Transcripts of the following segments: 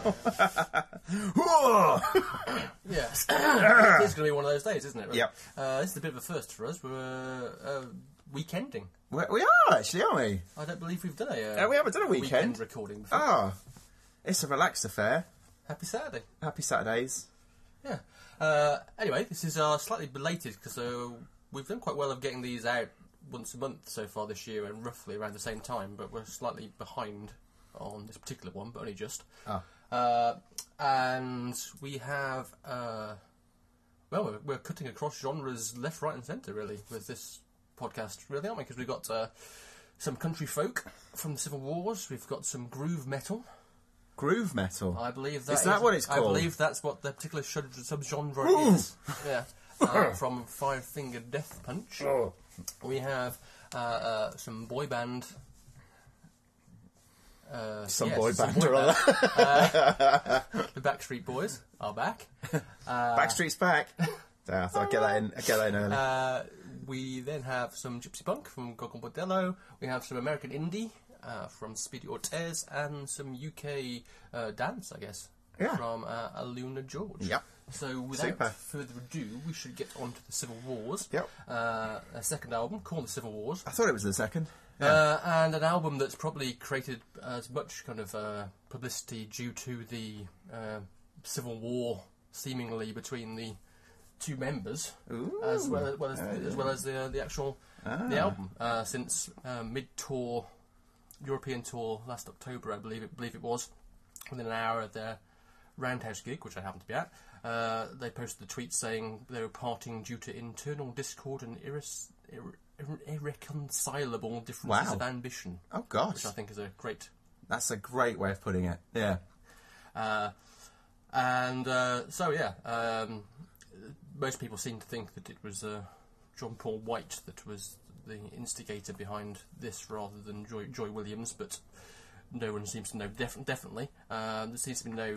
while. Yes. it's going to be one of those days, isn't it? Really? Yep. Uh, this is a bit of a first for us. We're uh, uh, weekending. we, we are actually, aren't we? I don't believe we've done a. Uh, we haven't done a weekend. recording. Before. Ah, it's a relaxed affair. Happy Saturday. Happy Saturdays. Yeah. Uh, anyway, this is our slightly belated because uh, we've done quite well of getting these out once a month so far this year and roughly around the same time, but we're slightly behind on this particular one, but only just. Ah. Uh, and we have. Uh, well, we're, we're cutting across genres left, right, and centre, really, with this podcast, really, aren't we? Because we've got uh, some country folk from the Civil Wars, we've got some groove metal. Groove metal. I believe that Is that what it's I called? believe that's what the particular shu- subgenre Ooh. is. Yeah, Uh, from Five Finger Death Punch, Oh. we have uh, uh, some boy band. Uh, Some yes, boy some band or other. The Backstreet Boys are back. Backstreet's back. Yeah, I thought I'd get that in. I'd get that in early. Uh, we then have some Gypsy Punk from Gogol Bordello. We have some American Indie uh, from Speedy Ortiz and some UK uh, dance, I guess, Yeah. from uh, Aluna George. Yep. So without Super. further ado, we should get on to the Civil Wars. Yep. Uh, a second album called The Civil Wars. I thought it was the second. Yeah. Uh, and an album that's probably created as much kind of uh, publicity due to the uh, civil war, seemingly between the two members, as well as, well as, as well as the, the actual the album. Uh, since uh, mid tour, European tour last October, I believe it believe it was, within an hour of their Roundhouse gig, which I happened to be at, uh, they posted a tweet saying they were parting due to internal discord and irres- irre- irre- irreconcilable differences Wow. of ambition, oh gosh, which I think is a great. that's a great way of putting it. Yeah. Uh, and uh, so, yeah, um, most people seem to think that it was uh, John Paul White that was the instigator behind this rather than Joy, Joy Williams, but no one seems to know def- definitely. Um, there seems to be no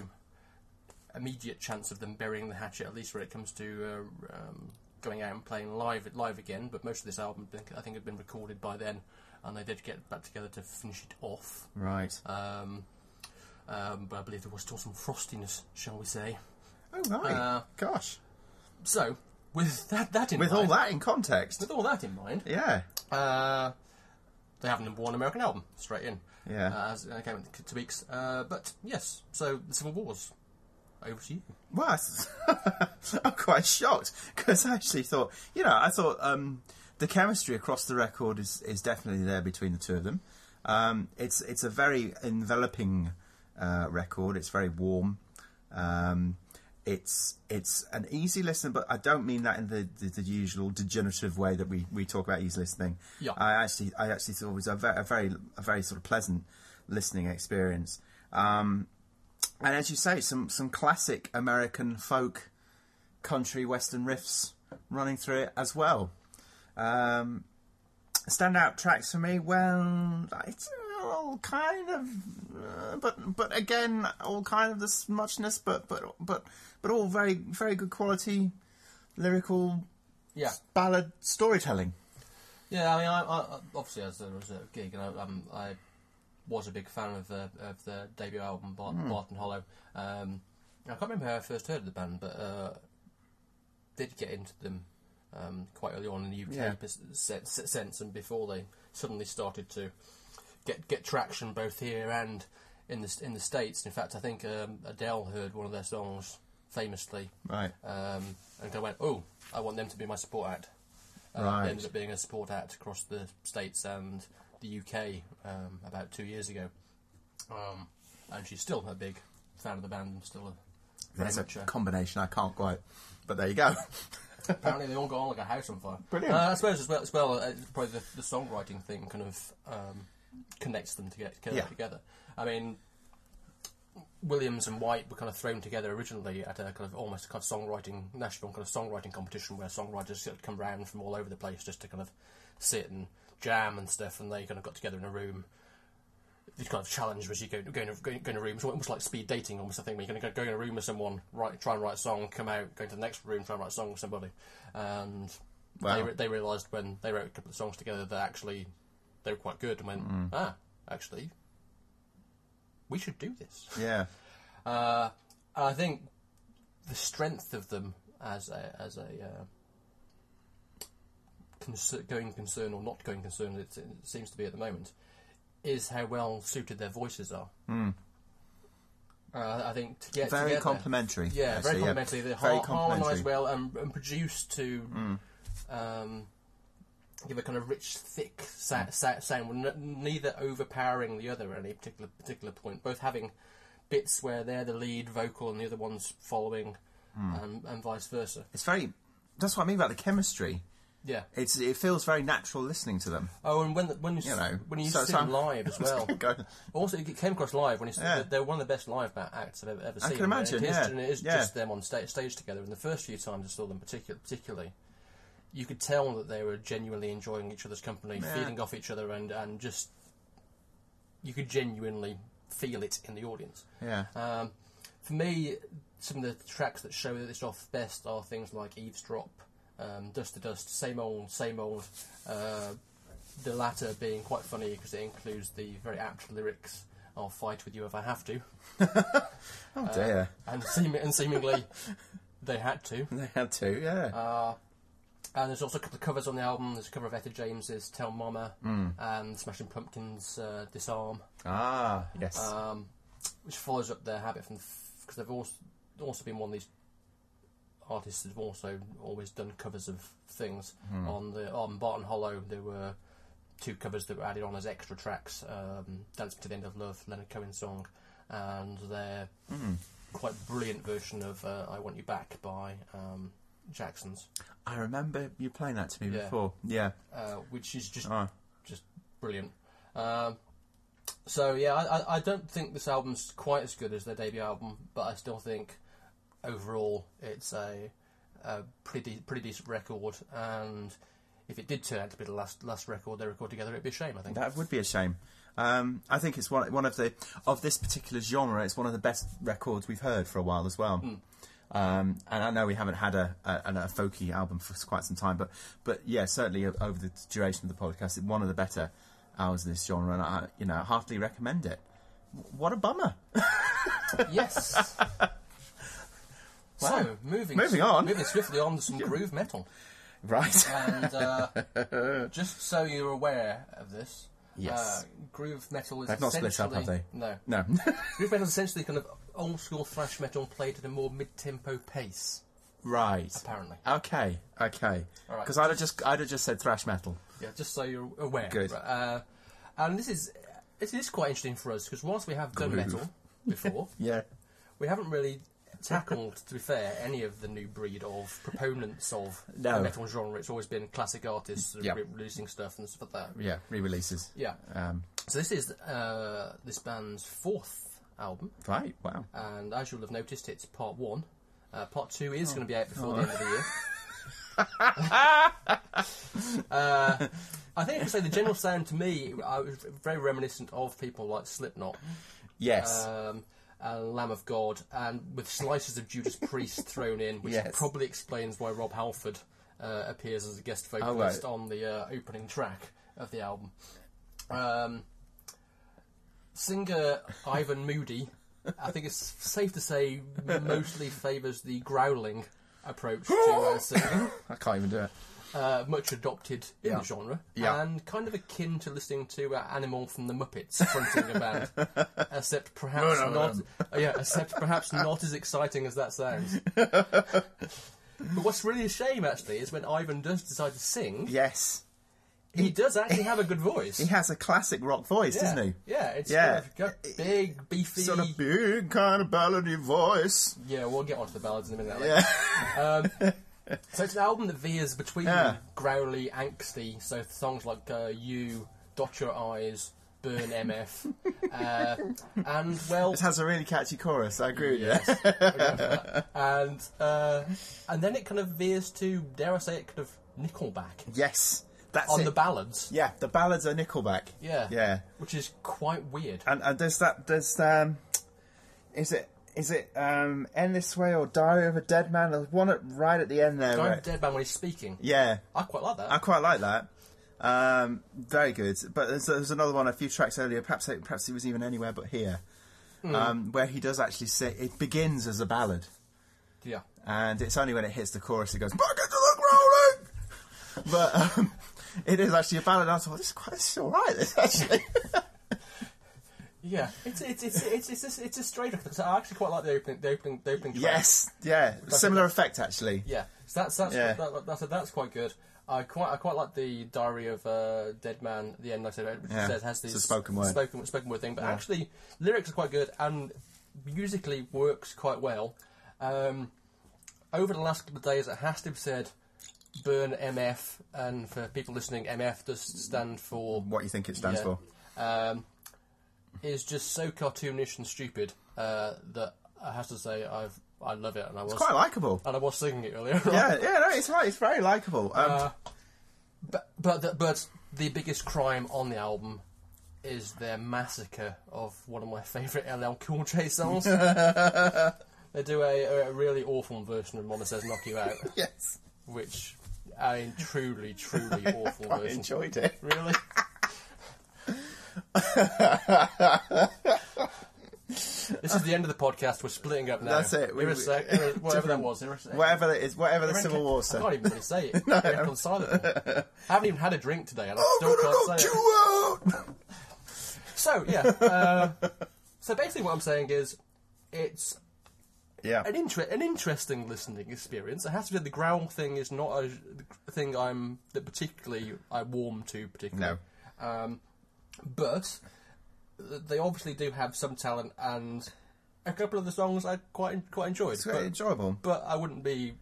immediate chance of them burying the hatchet, at least when it comes to uh, um, going out and playing live live again. But most of this album, I think- I think, had been recorded by then, and they did get back together to finish it off. Right. Um, um, but I believe there was still some frostiness, shall we say? oh right. uh, gosh. So, with that that in With all mind, that in context. with all that in mind, Yeah. uh, they have a number one American album straight in. Yeah. uh, as uh, came in two weeks. Uh, but yes, so the Civil Wars. Over to you. Well, I'm quite shocked because I actually thought, you know, I thought um, the chemistry across the record is, is definitely there between the two of them. Um, it's it's a very enveloping uh, record. It's very warm. Um, it's it's an easy listen, but I don't mean that in the, the, the usual degenerative way that we, we talk about easy listening. Yeah. I actually I actually thought it was a very a very, a very sort of pleasant listening experience. Um, and as you say, some some classic American folk, country, western riffs running through it as well. Um, standout tracks for me, well, it's all kind of, uh, but but again, all kind of this muchness, but but but but all very very good quality lyrical Yeah, ballad storytelling. yeah. I mean, I, I I- obviously as there was a gig, and I, um, I was a big fan of the of the debut album Bart, Barton Hollow. Um, I can't remember how I first heard of the band, but uh, did get into them um, quite early on in the UK Yeah. pers- se- se- sense, and before they suddenly started to get get traction both here and in the in the states. In fact, I think um, Adele heard one of their songs famously Right. um, and I went, oh, I want them to be my support act. Um, Right. It ended up being a support act across the states and the UK um, about two years ago, um, and she's still a big fan of the band and still a very There's a much. A, combination I can't quite, but there you go. apparently, they all got on like a house on fire. Brilliant. Uh, I suppose as well, as well, uh, probably the, the songwriting thing kind of um, connects them to get together, Yeah. together. I mean. Williams and White were kind of thrown together originally at a kind of almost kind of songwriting national kind of songwriting competition where songwriters sort of come round from all over the place just to kind of sit and jam and stuff, and they kind of got together in a room. The kind of challenge was you go go in a, go in go in a room, it's almost like speed dating, almost I think, where you're going to go, go in a room with someone, write, try and write a song, come out, go into the next room, try and write a song with somebody, and Wow. they, re- they realised when they wrote a couple of songs together that actually they were quite good, and went ah actually we should do this. yeah. Uh, and I think the strength of them as a as a uh, concer- going concern or not going concern, it, it seems to be at the moment, is how well suited their voices are. Uh, I think to get Very together- complementary, Yeah, actually, very yeah. complementary. They Very har- harmonise complementary. Mm. well and, and produce to um, give a kind of rich, thick sa- Mm. sa- sound, with n- neither overpowering the other at any particular particular point. Both having bits where they're the lead vocal and the other one's following, Mm. and, and vice versa. It's very. That's what I mean about the chemistry. Yeah. It's it feels very natural listening to them. Oh, and when the, when you, You s- know, when you so- see so them I'm- live as well. Go- Also, it came across live when you Yeah. they're one of the best live ba- acts I've ever, ever seen. can and imagine, It is, yeah, and it is yeah. just them on stage, stage together. And the first few times I saw them, particular, particularly, you could tell that they were genuinely enjoying each other's company, Yeah. feeding off each other, and and just you could genuinely feel it in the audience. yeah. Um, for me, some of the tracks that show that it's off best are things like Eavesdrop, um, Dust to Dust, Same Old, Same Old. Uh, the latter being quite funny because it includes the very apt lyrics I'll fight with you if I have to. Oh dear. And, seem- and seemingly they had to. They had to. Yeah. Uh, and there's also a couple of covers on the album. There's a cover of Etta James's Tell Mama and Smashing Pumpkins' uh, Disarm. ah yes. um, which follows up their habit from because they've also also been one of these artists who've also always done covers of things on the on Barton Hollow. There were two covers that were added on as extra tracks: um, "Dance Me to the End of Love," Leonard Cohen song, and their quite brilliant version of uh, "I Want You Back" by um, Jackson's, I remember you playing that to me Yeah. before. Yeah. uh, which is just Oh. just brilliant. Um, so yeah, I, I- I don't think this album's quite as good as their debut album, but I still think overall it's a, a pretty de- pretty decent record. And if it did turn out to be the last last record they record together, it'd be a shame. I think. That would be a shame. Um, I think it's one one of the of this particular genre. It's one of the best records we've heard for a while as well. Hmm. Um, and I know we haven't had a, a, an- a folky album for quite some time, but but yeah, certainly o- over the duration of the podcast, it's one of the better hours of this genre. And I, you know, heartily recommend it. W- What a bummer! yes. Wow. So moving Moving on. moving swiftly on to some groove metal, Right? and uh, just so you're aware of this, Yes. uh, groove metal is They've not split up, have essentially- they? No, no. Groove metal is essentially kind of old school thrash metal played at a more mid tempo pace, right. apparently. Okay. Okay. All right. Because I'd have just I'd have just said thrash metal. Yeah, just so you're aware. Good. Uh, and this is it is quite interesting for us because whilst we have done Groove. metal before, Yeah. we haven't really tackled, to be fair, any of the new breed of proponents of No. the metal genre. It's always been classic artists Yeah. re- releasing stuff and stuff like that. Yeah. Re-releases. Yeah. Um, So this is uh, this band's fourth album. right. Wow. and as you'll have noticed, it's part one. Uh, part two is going to be out before the end of the year. uh, I think I can say the general sound to me I was very reminiscent of people like Slipknot, Yes. um, and Lamb of God, and with slices of Judas Priest thrown in, which Yes. probably explains why Rob Halford uh, appears as a guest vocalist on the uh, opening track of the album. Um, singer Ivan Moody, I think it's safe to say, mostly favours the growling approach to uh, singing, I can't even do it. uh, much adopted in Yeah. the genre, Yeah. and kind of akin to listening to uh, Animal from the Muppets fronting a band, except perhaps No, no, not. uh, yeah, except perhaps not as exciting as that sounds. But what's really a shame, actually, is when Ivan does decide to sing, Yes. he does actually have a good voice. He has a classic rock voice, yeah. doesn't Yeah, it's Yeah. sort of got big, beefy. he? Sort of big kind of ballady voice. Yeah, we'll get onto the ballads in a minute. Um, Yeah. So it's an album that veers between Yeah. growly, angsty, so songs like uh, You, Dot Your Eyes, Burn MF, uh, and, well, It has a really catchy chorus, I agree with yes, I go for that. and, uh, and then it kind of veers to, dare I say it, kind of Nickelback you. Yes. That's on it. the ballads, yeah, the ballads are Nickelback. Yeah. Yeah. which is quite weird. And, and there's that, there's, um, is it, is it, um, End This Way or Diary of a Dead Man? There's one at, right at the end there. Don't where- Dead Man when he's speaking. yeah. I quite like that. I quite like that. Um, very good. But there's, there's another one a few tracks earlier. Perhaps it, perhaps it was even anywhere but here. um, where he does actually say it begins as a ballad, Yeah. and it's only when it hits the chorus it goes back into the rolling. But um, it is actually a ballad. And I thought this is quite this is all right. This actually. Yeah, it's it's it's it's it's, it's, it's a straight reference. I actually quite like the opening the opening the opening. track. yes, yeah, similar effect actually. Yeah, so that's that's Yeah. That, that, that's that's quite good. I quite I quite like the Diary of uh, Dead Man at the end. Like I said, which Yeah, says has it's these a spoken word. spoken, spoken word thing. But actually, lyrics are quite good and musically works quite well. Um, over the last couple of days, it has to be said, burn MF, and for people listening, MF does stand for What you think it stands for? yeah. Um, is just so cartoonish and stupid uh, that I have to say I've I love it, and I was Quite likable. and I was singing it earlier. on. Yeah, yeah, no, it's like it's very likable. Um, Uh, but but the, but the biggest crime on the album is their massacre of one of my favourite LL Cool J songs. they do a, a really awful version of Mama Says Knock You Out, yes, which I mean, truly, truly awful I version. enjoyed it. Really? this is the end of the podcast. We're splitting up now. That's it. We- Irrespect- we- irre- whatever that different- was. irrespect- Whatever it is, whatever the Civil War I said. can't even really say it. Irreconcilable. I haven't even had a drink today, and I Oh, still can't say it. you out. So yeah. Uh, so basically, what I'm saying is, it's Yeah, an inter- an interesting listening experience. I have to say, the growl thing is not a a thing I'm that particularly I warm to particularly. No. Um, but they obviously do have some talent, and a couple of the songs I quite quite enjoyed. it's but, quite enjoyable. but I wouldn't be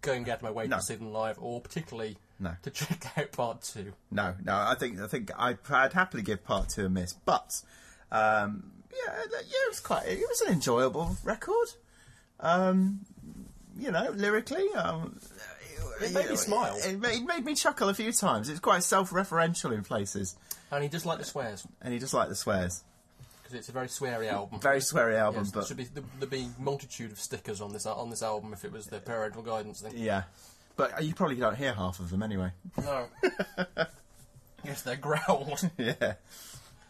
going out of my way No. to see them live, or particularly No. to check out part two. No, no, I think I think I, I'd happily give part two a miss, but um, yeah, yeah, it was quite it was an enjoyable record. Um, you know, lyrically, um, It made me you know, smile. It made, it made me chuckle a few times. It's quite self-referential in places, And he just liked the swears and he just liked the swears. because it's a very sweary album. Very sweary album, Yes, there but should be there'd be multitude of stickers on this on this album if it was the parental guidance thing. yeah, but you probably don't hear half of them anyway. No. yes, they're growled. yeah,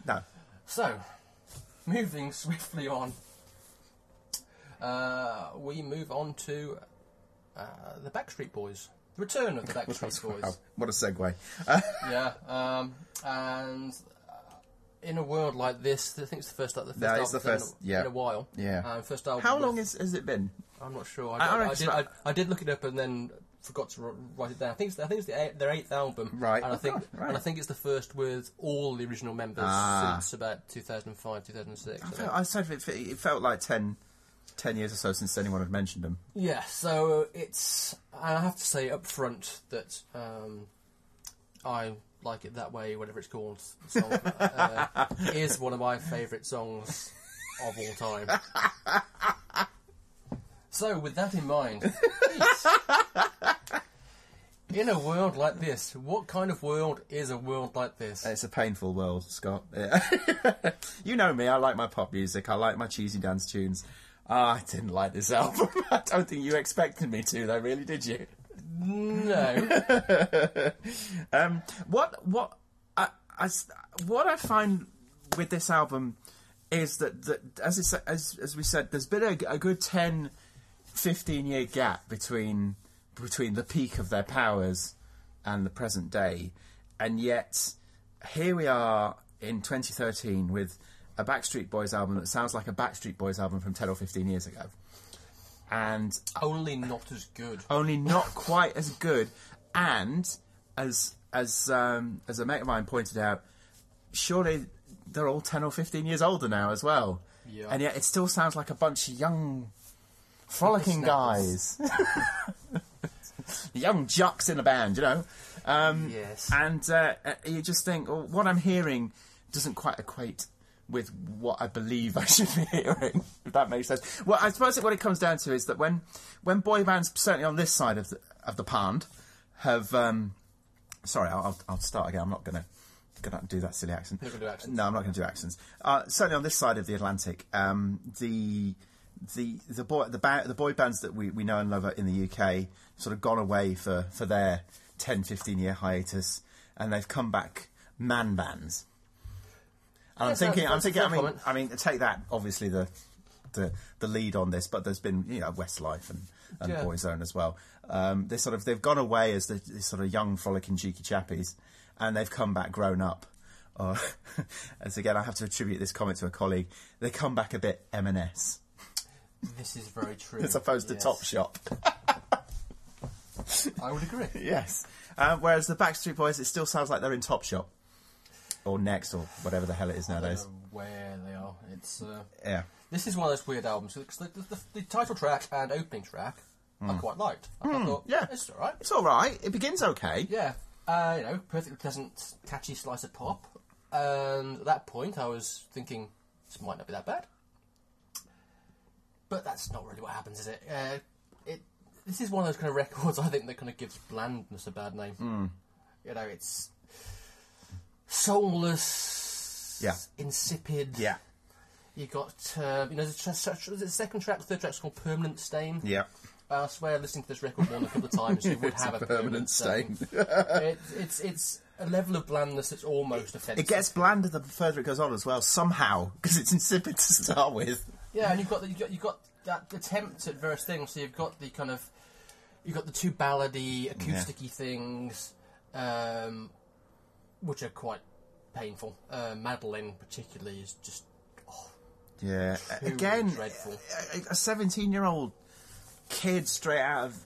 no, So, moving swiftly on, uh, we move on to uh, the Backstreet Boys. The return of the Backstreet Wow, Boys. what a segue. yeah, um, and uh, in a world like this, I think it's the first. Like, the first No, it's album the first- in, a, yeah. in a while. Yeah. Um, first album. How with- long is, has it been? I'm not sure. I I, reckon I, did, it's I, about- I did look it up and then forgot to wr- write it down. I think it's, I think it's the eight, their eighth album, Right. And I Oh, think God, right. and I think it's the first with all the original members Ah. since about 2005, 2006. I I think. felt, I said it, it felt like 10, 10 years or so since anyone had mentioned them. Yeah, so it's. I have to say up front that um, I like it that way, whatever it's called. Song, uh, is one of my favourite songs of all time. So, with that in mind, Pete, in a world like this, what kind of world is a world like this? It's a painful world, Scott. Yeah. you know me, I like my pop music, I like my cheesy dance tunes. Ah, I didn't like this album. I don't think you expected me to, though, really, did you? No, Um, what, what, I, I s- what I find with this album is that, that as, it, sa- as, as we said, there's been a, a good 10, 15 year gap between between the peak of their powers and the present day, and yet here we are in 2013 with a Backstreet Boys album that sounds like a Backstreet Boys album from 10 or 15 years ago, and only not as good. only not quite as good, and as as um, as a mate of mine pointed out, surely they're all 10 or 15 years older now as well, Yeah. and yet it still sounds like a bunch of young frolicking guys. Snappers. Young jocks in a band, you know. Um, Yes. And uh, uh, you just think, well, what I'm hearing doesn't quite equate with what I believe I should be hearing, if that makes sense. Well, I suppose it, what it comes down to is that when, when boy bands, certainly on this side of the, of the pond, have. Um, sorry, I'll, I'll, I'll start again. I'm not going to. Gonna do that silly accent. Not gonna do accents. No, I'm not going to do accents. Uh, certainly on this side of the Atlantic, um, the the the boy the, ba- the boy bands that we, we know and love in the UK sort of gone away for, for their 10, 15 year hiatus, and they've come back man bands. And I'm Yes, that's- thinking, I'm that's a thinking. I fair mean, comment. I mean, take that obviously the, the the lead on this, but there's been you know Westlife and and Yeah. Boyzone as well. Um, they sort of they've gone away as the these sort of young frolicking cheeky chappies, and they've come back grown up. Uh, as again, I have to attribute this comment to a colleague. They come back a bit M&S This is very true. as opposed to yes. Top Shop. I would agree. Yes. Um, whereas the Backstreet Boys, it still sounds like they're in Top Shop or Next or whatever the hell it is I don't nowadays. know where they are. It's uh, Yeah. this is one of those weird albums because the, the, the, the title track and opening track I quite liked. I kinda thought, Hmm. yeah. it's all right. It's all right. It begins okay. Yeah, uh, you know, perfectly pleasant, catchy slice of pop. And at that point, I was thinking this might not be that bad. But that's not really what happens, is it? Uh, it this is one of those kind of records I think that kind of gives blandness a bad name. Hmm. You know, it's soulless, Yeah. insipid. Yeah. You got uh, you know the, tr- tr- the second track, the third track's called "Permanent Stain." Uh, Yeah. I swear, listening to this record more than a couple of times, you would It's have a a permanent permanent stain. stain. it, it's it's a level of blandness that's almost offensive. It gets blander the further it goes on as well, somehow, because it's insipid to start with. yeah, and you've got the, you've got you've got that attempts at various things. So you've got the kind of you've got the two ballady, acousticy things, um, which are quite painful. Uh, Madeline particularly is just Yeah. too Again, dreadful. a- a 17 year old kid straight out of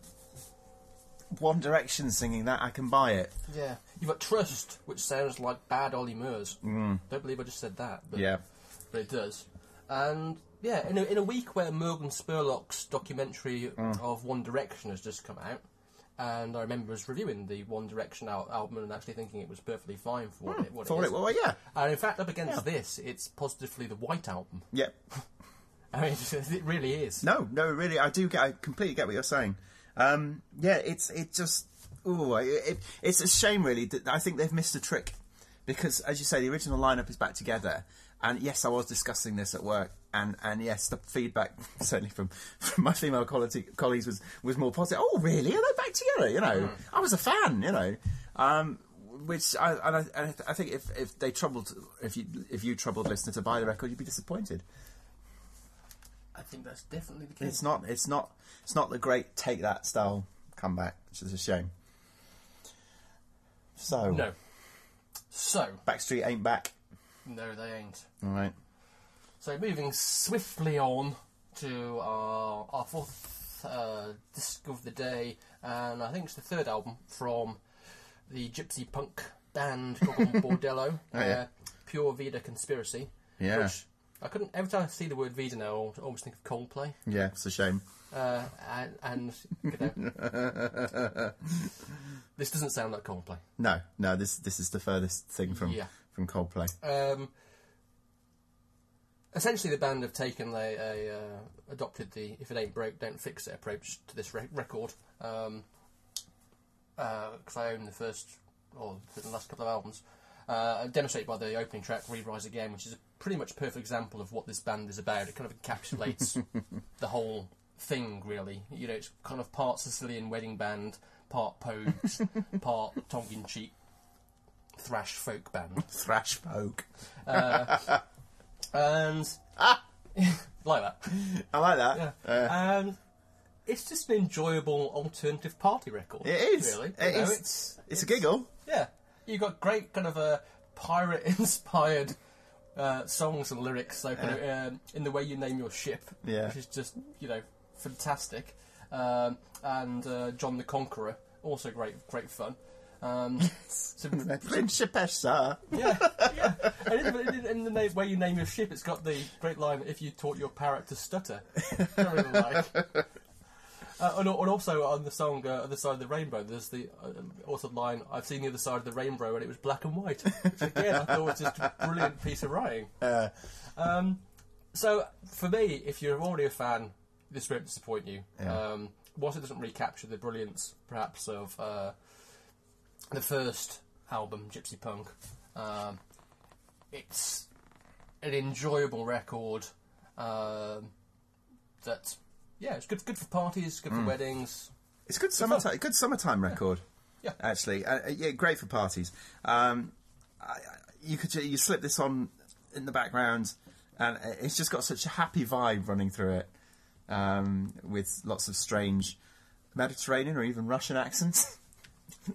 One Direction singing that, I can buy it. Yeah, you've got Trust, which sounds like bad Ollie Murs. Mm. Don't believe I just said that. But Yeah. but it does. And yeah, in a, in a week where Morgan Spurlock's documentary Mm. of One Direction has just come out, and I remember us reviewing the One Direction al- album and actually thinking it was perfectly fine for what it, what For Mm. it, it is. well, yeah. And in fact, up against this, it's positively the White Album. Yeah. I mean, it really is. No, no, really, I do get, I completely get what you're saying. Um, yeah, it's it just, ooh, it, it, it's a shame, really. That I think they've missed a trick because, as you say, the original lineup is back together. And yes, I was discussing this at work, and, and yes, the feedback certainly from, from my female quality, colleagues was, was more positive. Oh, really? Are they back together? You know, I was a fan. You know, um, which I and I, and I think if, if they troubled if you if you troubled listener to buy the record, you'd be disappointed. I think that's definitely the case. It's not. It's not. It's not the great take that style comeback, which is a shame. So No. So, Backstreet ain't back. no, they ain't. All right. So, moving swiftly on to our, our fourth uh, disc of the day, and I think it's the third album from the gypsy punk band called Bordello, Oh, yeah. uh, Pure Vida Conspiracy. Yeah. Which I couldn't, every time I see the word Vida now, I al- always think of Coldplay. Yeah, it's a shame. Uh, and, and you know, this doesn't sound like Coldplay. No, no. This this is the furthest thing from Yeah. from Coldplay. Um, essentially, the band have taken they a, uh, adopted the "if it ain't broke, don't fix it" approach to this re- record. Because I own the first or the last couple of albums, uh, demonstrated by the opening track "Re Rise Again," which is a pretty much perfect example of what this band is about. It kind of encapsulates the whole thing, really. You know, it's kind of part Sicilian wedding band, part Pogues, part Tongan Cheek thrash folk band. Thrash folk. Uh, and like that. I like that. Yeah. Uh, and it's just an enjoyable alternative party record. it is. Really. It You know, is. It's, It's, a giggle. yeah. You got great kind of a pirate-inspired uh, songs and lyrics. So kind of, um, in the way you name your ship, Yeah. which is just you know fantastic. Um, and uh, John the Conqueror, also great, great fun. Um, some Principessa. yeah, yeah. And in, in, in the name, way you name your ship, it's got the great line: "If you taught your parrot to stutter." I really like. Uh, and, al- and also on the song uh, "Other Side of the Rainbow," there's the uh, also the line: "I've seen the other side of the rainbow, and it was black and white." Which again, I thought was just a brilliant piece of writing. Uh, Um, so for me, if you're already a fan, this won't disappoint you. Yeah. Um, whilst it doesn't recapture the brilliance, perhaps, of uh, the first album, Gypsy Punk, um, it's an enjoyable record. Um, that yeah, it's good. Good for parties. Good for weddings. It's good summertime. Good summertime record. Yeah. Actually, uh, uh, yeah, great for parties. Um, I, I- you could ju- you slip this on in the background, and it's just got such a happy vibe running through it, um, with lots of strange Mediterranean or even Russian accents.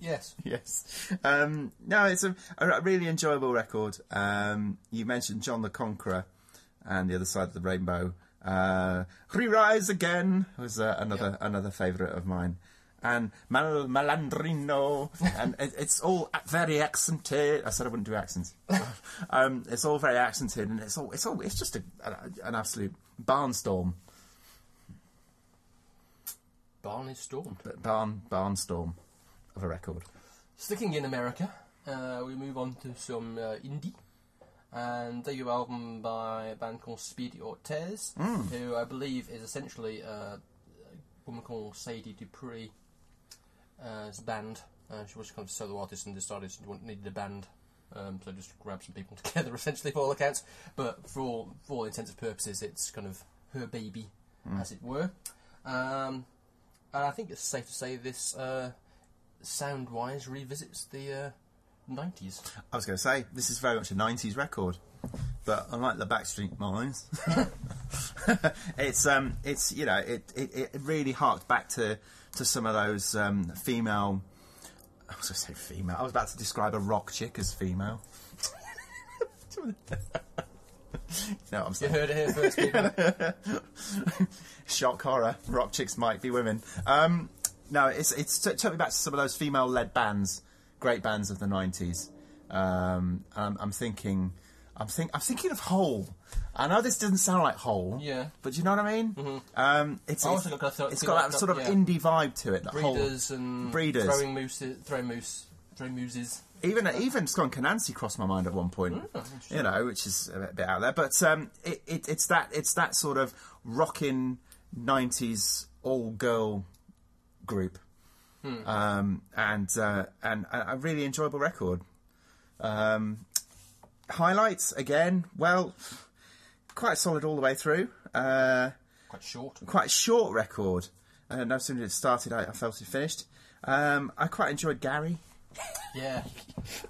Yes. yes. Um, no, it's a, a really enjoyable record. Um, you mentioned John the Conqueror and the other side of the rainbow. Uh, Re-Rise Again was uh, another another favourite of mine. And Mal- Malandrino, and it, it's all very accented. I said I wouldn't do accents. um, it's all very accented, and it's all it's all it's just a, an, an absolute barnstorm. Barney Storm. Barn barnstorm of a record. Sticking in America, uh, we move on to some uh, indie. And debut album by a band called Speedy Ortez, who I believe is essentially uh, a woman called Sadie Dupree's uh, band. Uh, she was kind of solo artist and decided she wanted, needed a band, um, so just grabbed some people together, essentially, for all accounts. But for all, for all intents and purposes, it's kind of her baby, as it were. Um, and I think it's safe to say this uh, sound wise revisits the uh, 90s. I was going to say this is very much a '90s record, but unlike the Backstreet Boys, it's um, it's you know, it, it it really harked back to to some of those um, female. I was going to say female. I was about to describe a rock chick as female. no, I'm You saying heard it here first, people. shock horror. Rock chicks might be women. Um, no, it's it's t- took me back to some of those female led bands, great bands of the nineties. Um, I'm, I'm thinking, I'm think I'm thinking of Hole. I know this doesn't sound like Hole, Yeah. Mm-hmm. but do you know what I mean? Um, it's I it's, also got that sort- it's got that that- sort of yeah. indie vibe to it. That Hole- breeders and Breeders. throwing moose, throwing moose, throwing mooses. even even Skunk and Nancy crossed my mind at one point. you know, which is a bit- bit out there, but um, it, it, it's that it's that sort of rockin' '90s all girl group, um, and uh, and a a really enjoyable record. Um, highlights again, well, quite solid all the way through. Uh, Quite short. quite a short record. Uh, no sooner did it started, I, I felt it finished. Um, I quite enjoyed Gary. Yeah.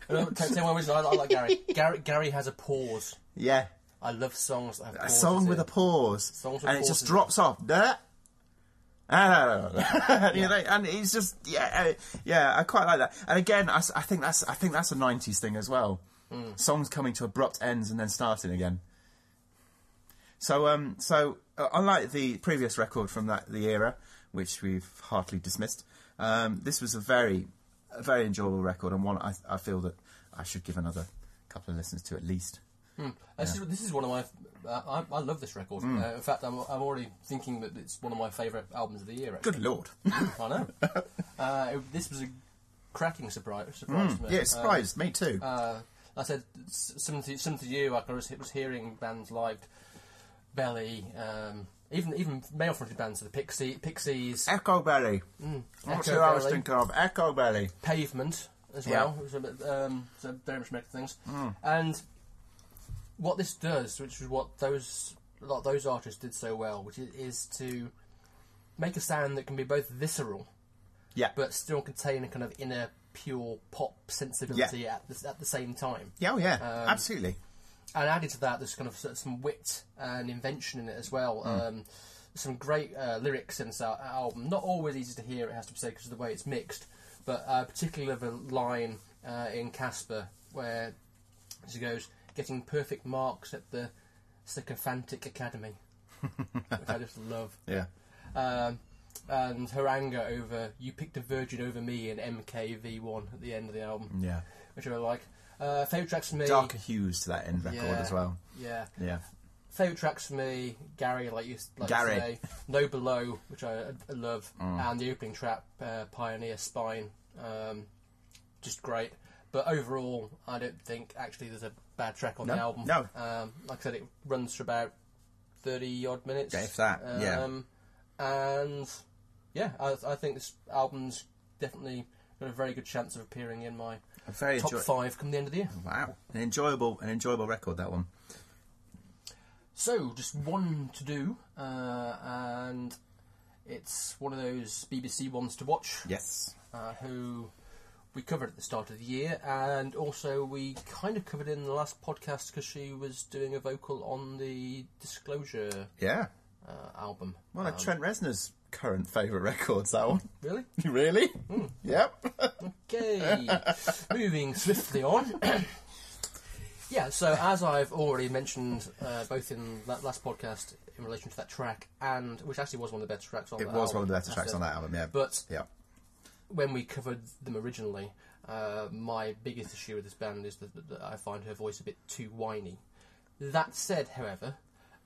no, t- tell you one reason I, I like Gary. Gary. Gary has a pause. Yeah, I love songs that have a song with a pause, Songs with and it just pauses. drops off. Duh. Ah, you know, and it's just yeah, uh, yeah. I quite like that. And again, I, s- I think that's I think that's a '90s thing as well. Hmm. Songs coming to abrupt ends and then starting again. So, um, so uh, unlike the previous record from that the era, which we've heartily dismissed, um, this was a very, a very enjoyable record and one I, I feel that I should give another couple of listens to at least. This, is, this is one of my. Uh, I, I love this record. Mm. Uh, in fact, I'm, I'm already thinking that it's one of my favourite albums of the year. Actually. Good lord! I know. uh, it- this was a cracking surprise. Surprise to me. yeah, it surprised me too. uh, I said s- similar to, similar to you. Like I was, was hearing bands like Belly, um, even even male fronted bands, so the Pixie, Pixies, Echo Belly. That's Echo who I was Belly. thinking of. Echo Belly. Pavement as Yeah. Hmm. well. So, but, um, so very much American things. And what this does, which is what those a lot of those artists did so well, which i- is to make a sound that can be both visceral Yeah. but still contain a kind of inner pure pop sensibility at, the, at the same time. yeah, oh yeah, Um, absolutely. and added to that, there's kind of s- some wit and invention in it as well. Um, some great uh, lyrics in this al- album. Not always easy to hear, it has to be said, because of the way it's mixed. But uh, particularly the line uh, in Casper where she goes, "Getting perfect marks at the sycophantic academy," which I just love. Yeah. Um, and her anger over "You picked a virgin over me" in MKV1 at the end of the album, Yeah. which I like. Uh, favorite tracks for me. Darker hues to that end record Yeah. as well. Yeah. Yeah. Favourite tracks for me, Gary, like you, like you Gary. Mm. say, No Below, which I, I love, and the opening track, uh, Pioneer Spine, um, just great. But overall, I don't think actually there's a bad track on No, the album. no. Um, like I said, it runs for about 30 odd minutes. If that, yeah. Um, and yeah, I, I think this album's definitely got a very good chance of appearing in my A very top enjoy- five come the end of the year. Wow. An enjoyable an enjoyable record that one. So, just one to do, uh, and it's one of those BBC ones to watch, Yes. uh, who we covered at the start of the year, and also we kind of covered in the last podcast because she was doing a vocal on the Disclosure Yeah. uh, album. One of Trent Reznor's current favourite records, that one. Really? really? Yep. Okay. Moving swiftly on. yeah, so as I've already mentioned, uh, both in that last podcast in relation to that track, and which actually was one of the better tracks on it that was one of the album, better tracks on that's it. that album, yeah. But yeah. when we covered them originally, uh, my biggest issue with this band is that, that I find her voice a bit too whiny. That said, however,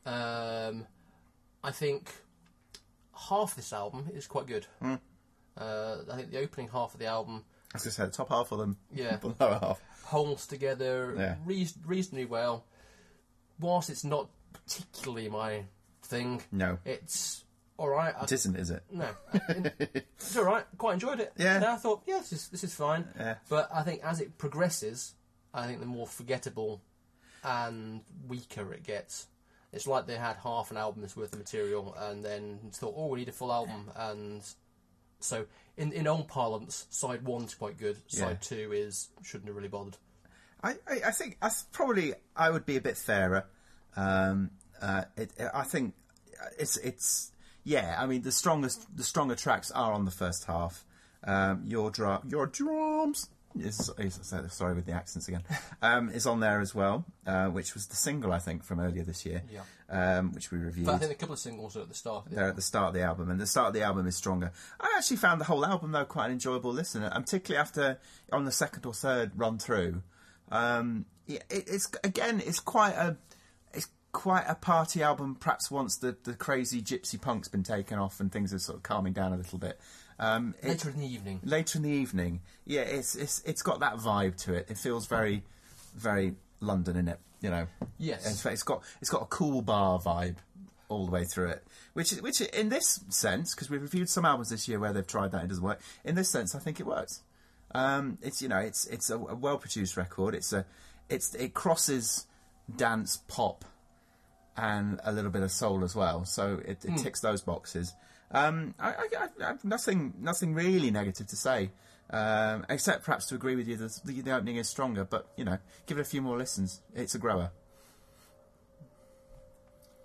um, I think half this album is quite good. Uh, I think the opening half of the album As I said, top half of them. Yeah. The lower half. holds together Yeah. reas reasonably well. Whilst it's not particularly my thing, No. it's all right. I, It isn't, is it? no, I- it's all right. Quite enjoyed it. Yeah. And I thought, yeah, this is this is fine. Yeah. But I think as it progresses, I think the more forgettable and weaker it gets. It's like they had half an album's worth of material and then thought, oh, we need a full album. And so, in in old parlance, side one's quite good. Side two is shouldn't have really bothered. I, I, I think I s- probably I would be a bit fairer. Um, uh, it, I think uh, it's it's yeah. I mean the strongest the stronger tracks are on the first half. Um, your drum your drums is, is so- sorry with the accents again um, is on there as well, uh, which was the single I think from earlier this year, Yeah. um, which we reviewed. But I think a couple of singles are at the start. They're at the start of the album, and the start of the album is stronger. I actually found the whole album though quite an enjoyable listen, and particularly after on the second or third run through. Um, yeah, it, it's again, it's quite a, it's quite a party album. Perhaps once the, the crazy gypsy punk's been taken off and things are sort of calming down a little bit. Um, it- Later in the evening. later in the evening, yeah, it's it's it's got that vibe to it. It feels very, very London in it, you know. Yes. It's- it's got it's got a cool bar vibe all the way through it, which is- which in this sense, because we've reviewed some albums this year where they've tried that and it doesn't work. In this sense, I think it works. Um, it's you know it's it's a, a well produced record. It's a it's it crosses dance pop and a little bit of soul as well. So it, it ticks those boxes. Um, I, I, I, I've nothing, nothing really negative to say, um, except perhaps to agree with you that the, the opening is stronger. But you know, give it a few more listens. It's a grower.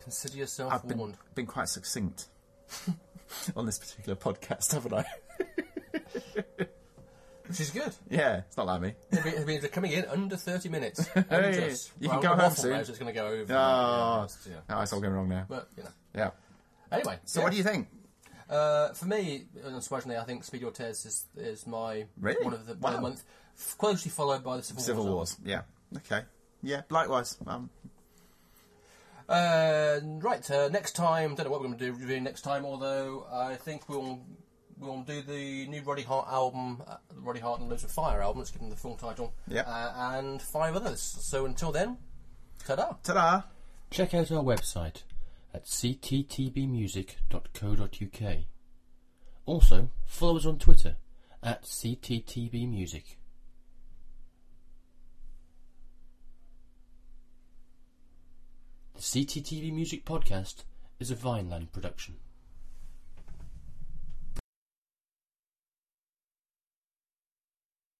Consider yourself I've been, warned. been quite succinct on this particular podcast, haven't I? Which is good. yeah, it's not like me. I mean, I mean, they're coming in under 30 minutes. And Hey, just- you well, can go the home waffle soon. lounge is going to go over. Oh. Yeah, it's- yeah. Oh, it's all going wrong now. But, you know. Yeah. Anyway. So what do you think? you... Uh, for me, unsurprisingly, I think Speed Your Tears is, is my... Really? One of the, Wow. the month. f- Closely followed by the Civil, Civil War. Wars. Yeah. Okay. Yeah. Likewise. Um, Uh, right, uh, next time, don't know what we're going to do reviewing next time, although I think we'll we'll do the new Roddy Hart album, uh, the Roddy Hart and Loads of Fire album, let's give them the full title, Yep. uh, and five others. So until then, ta-da! ta-da! Check out our website at cttbmusic.co.uk. Also, follow us on Twitter at cttbmusic. The CTTV Music Podcast is a Vineland production.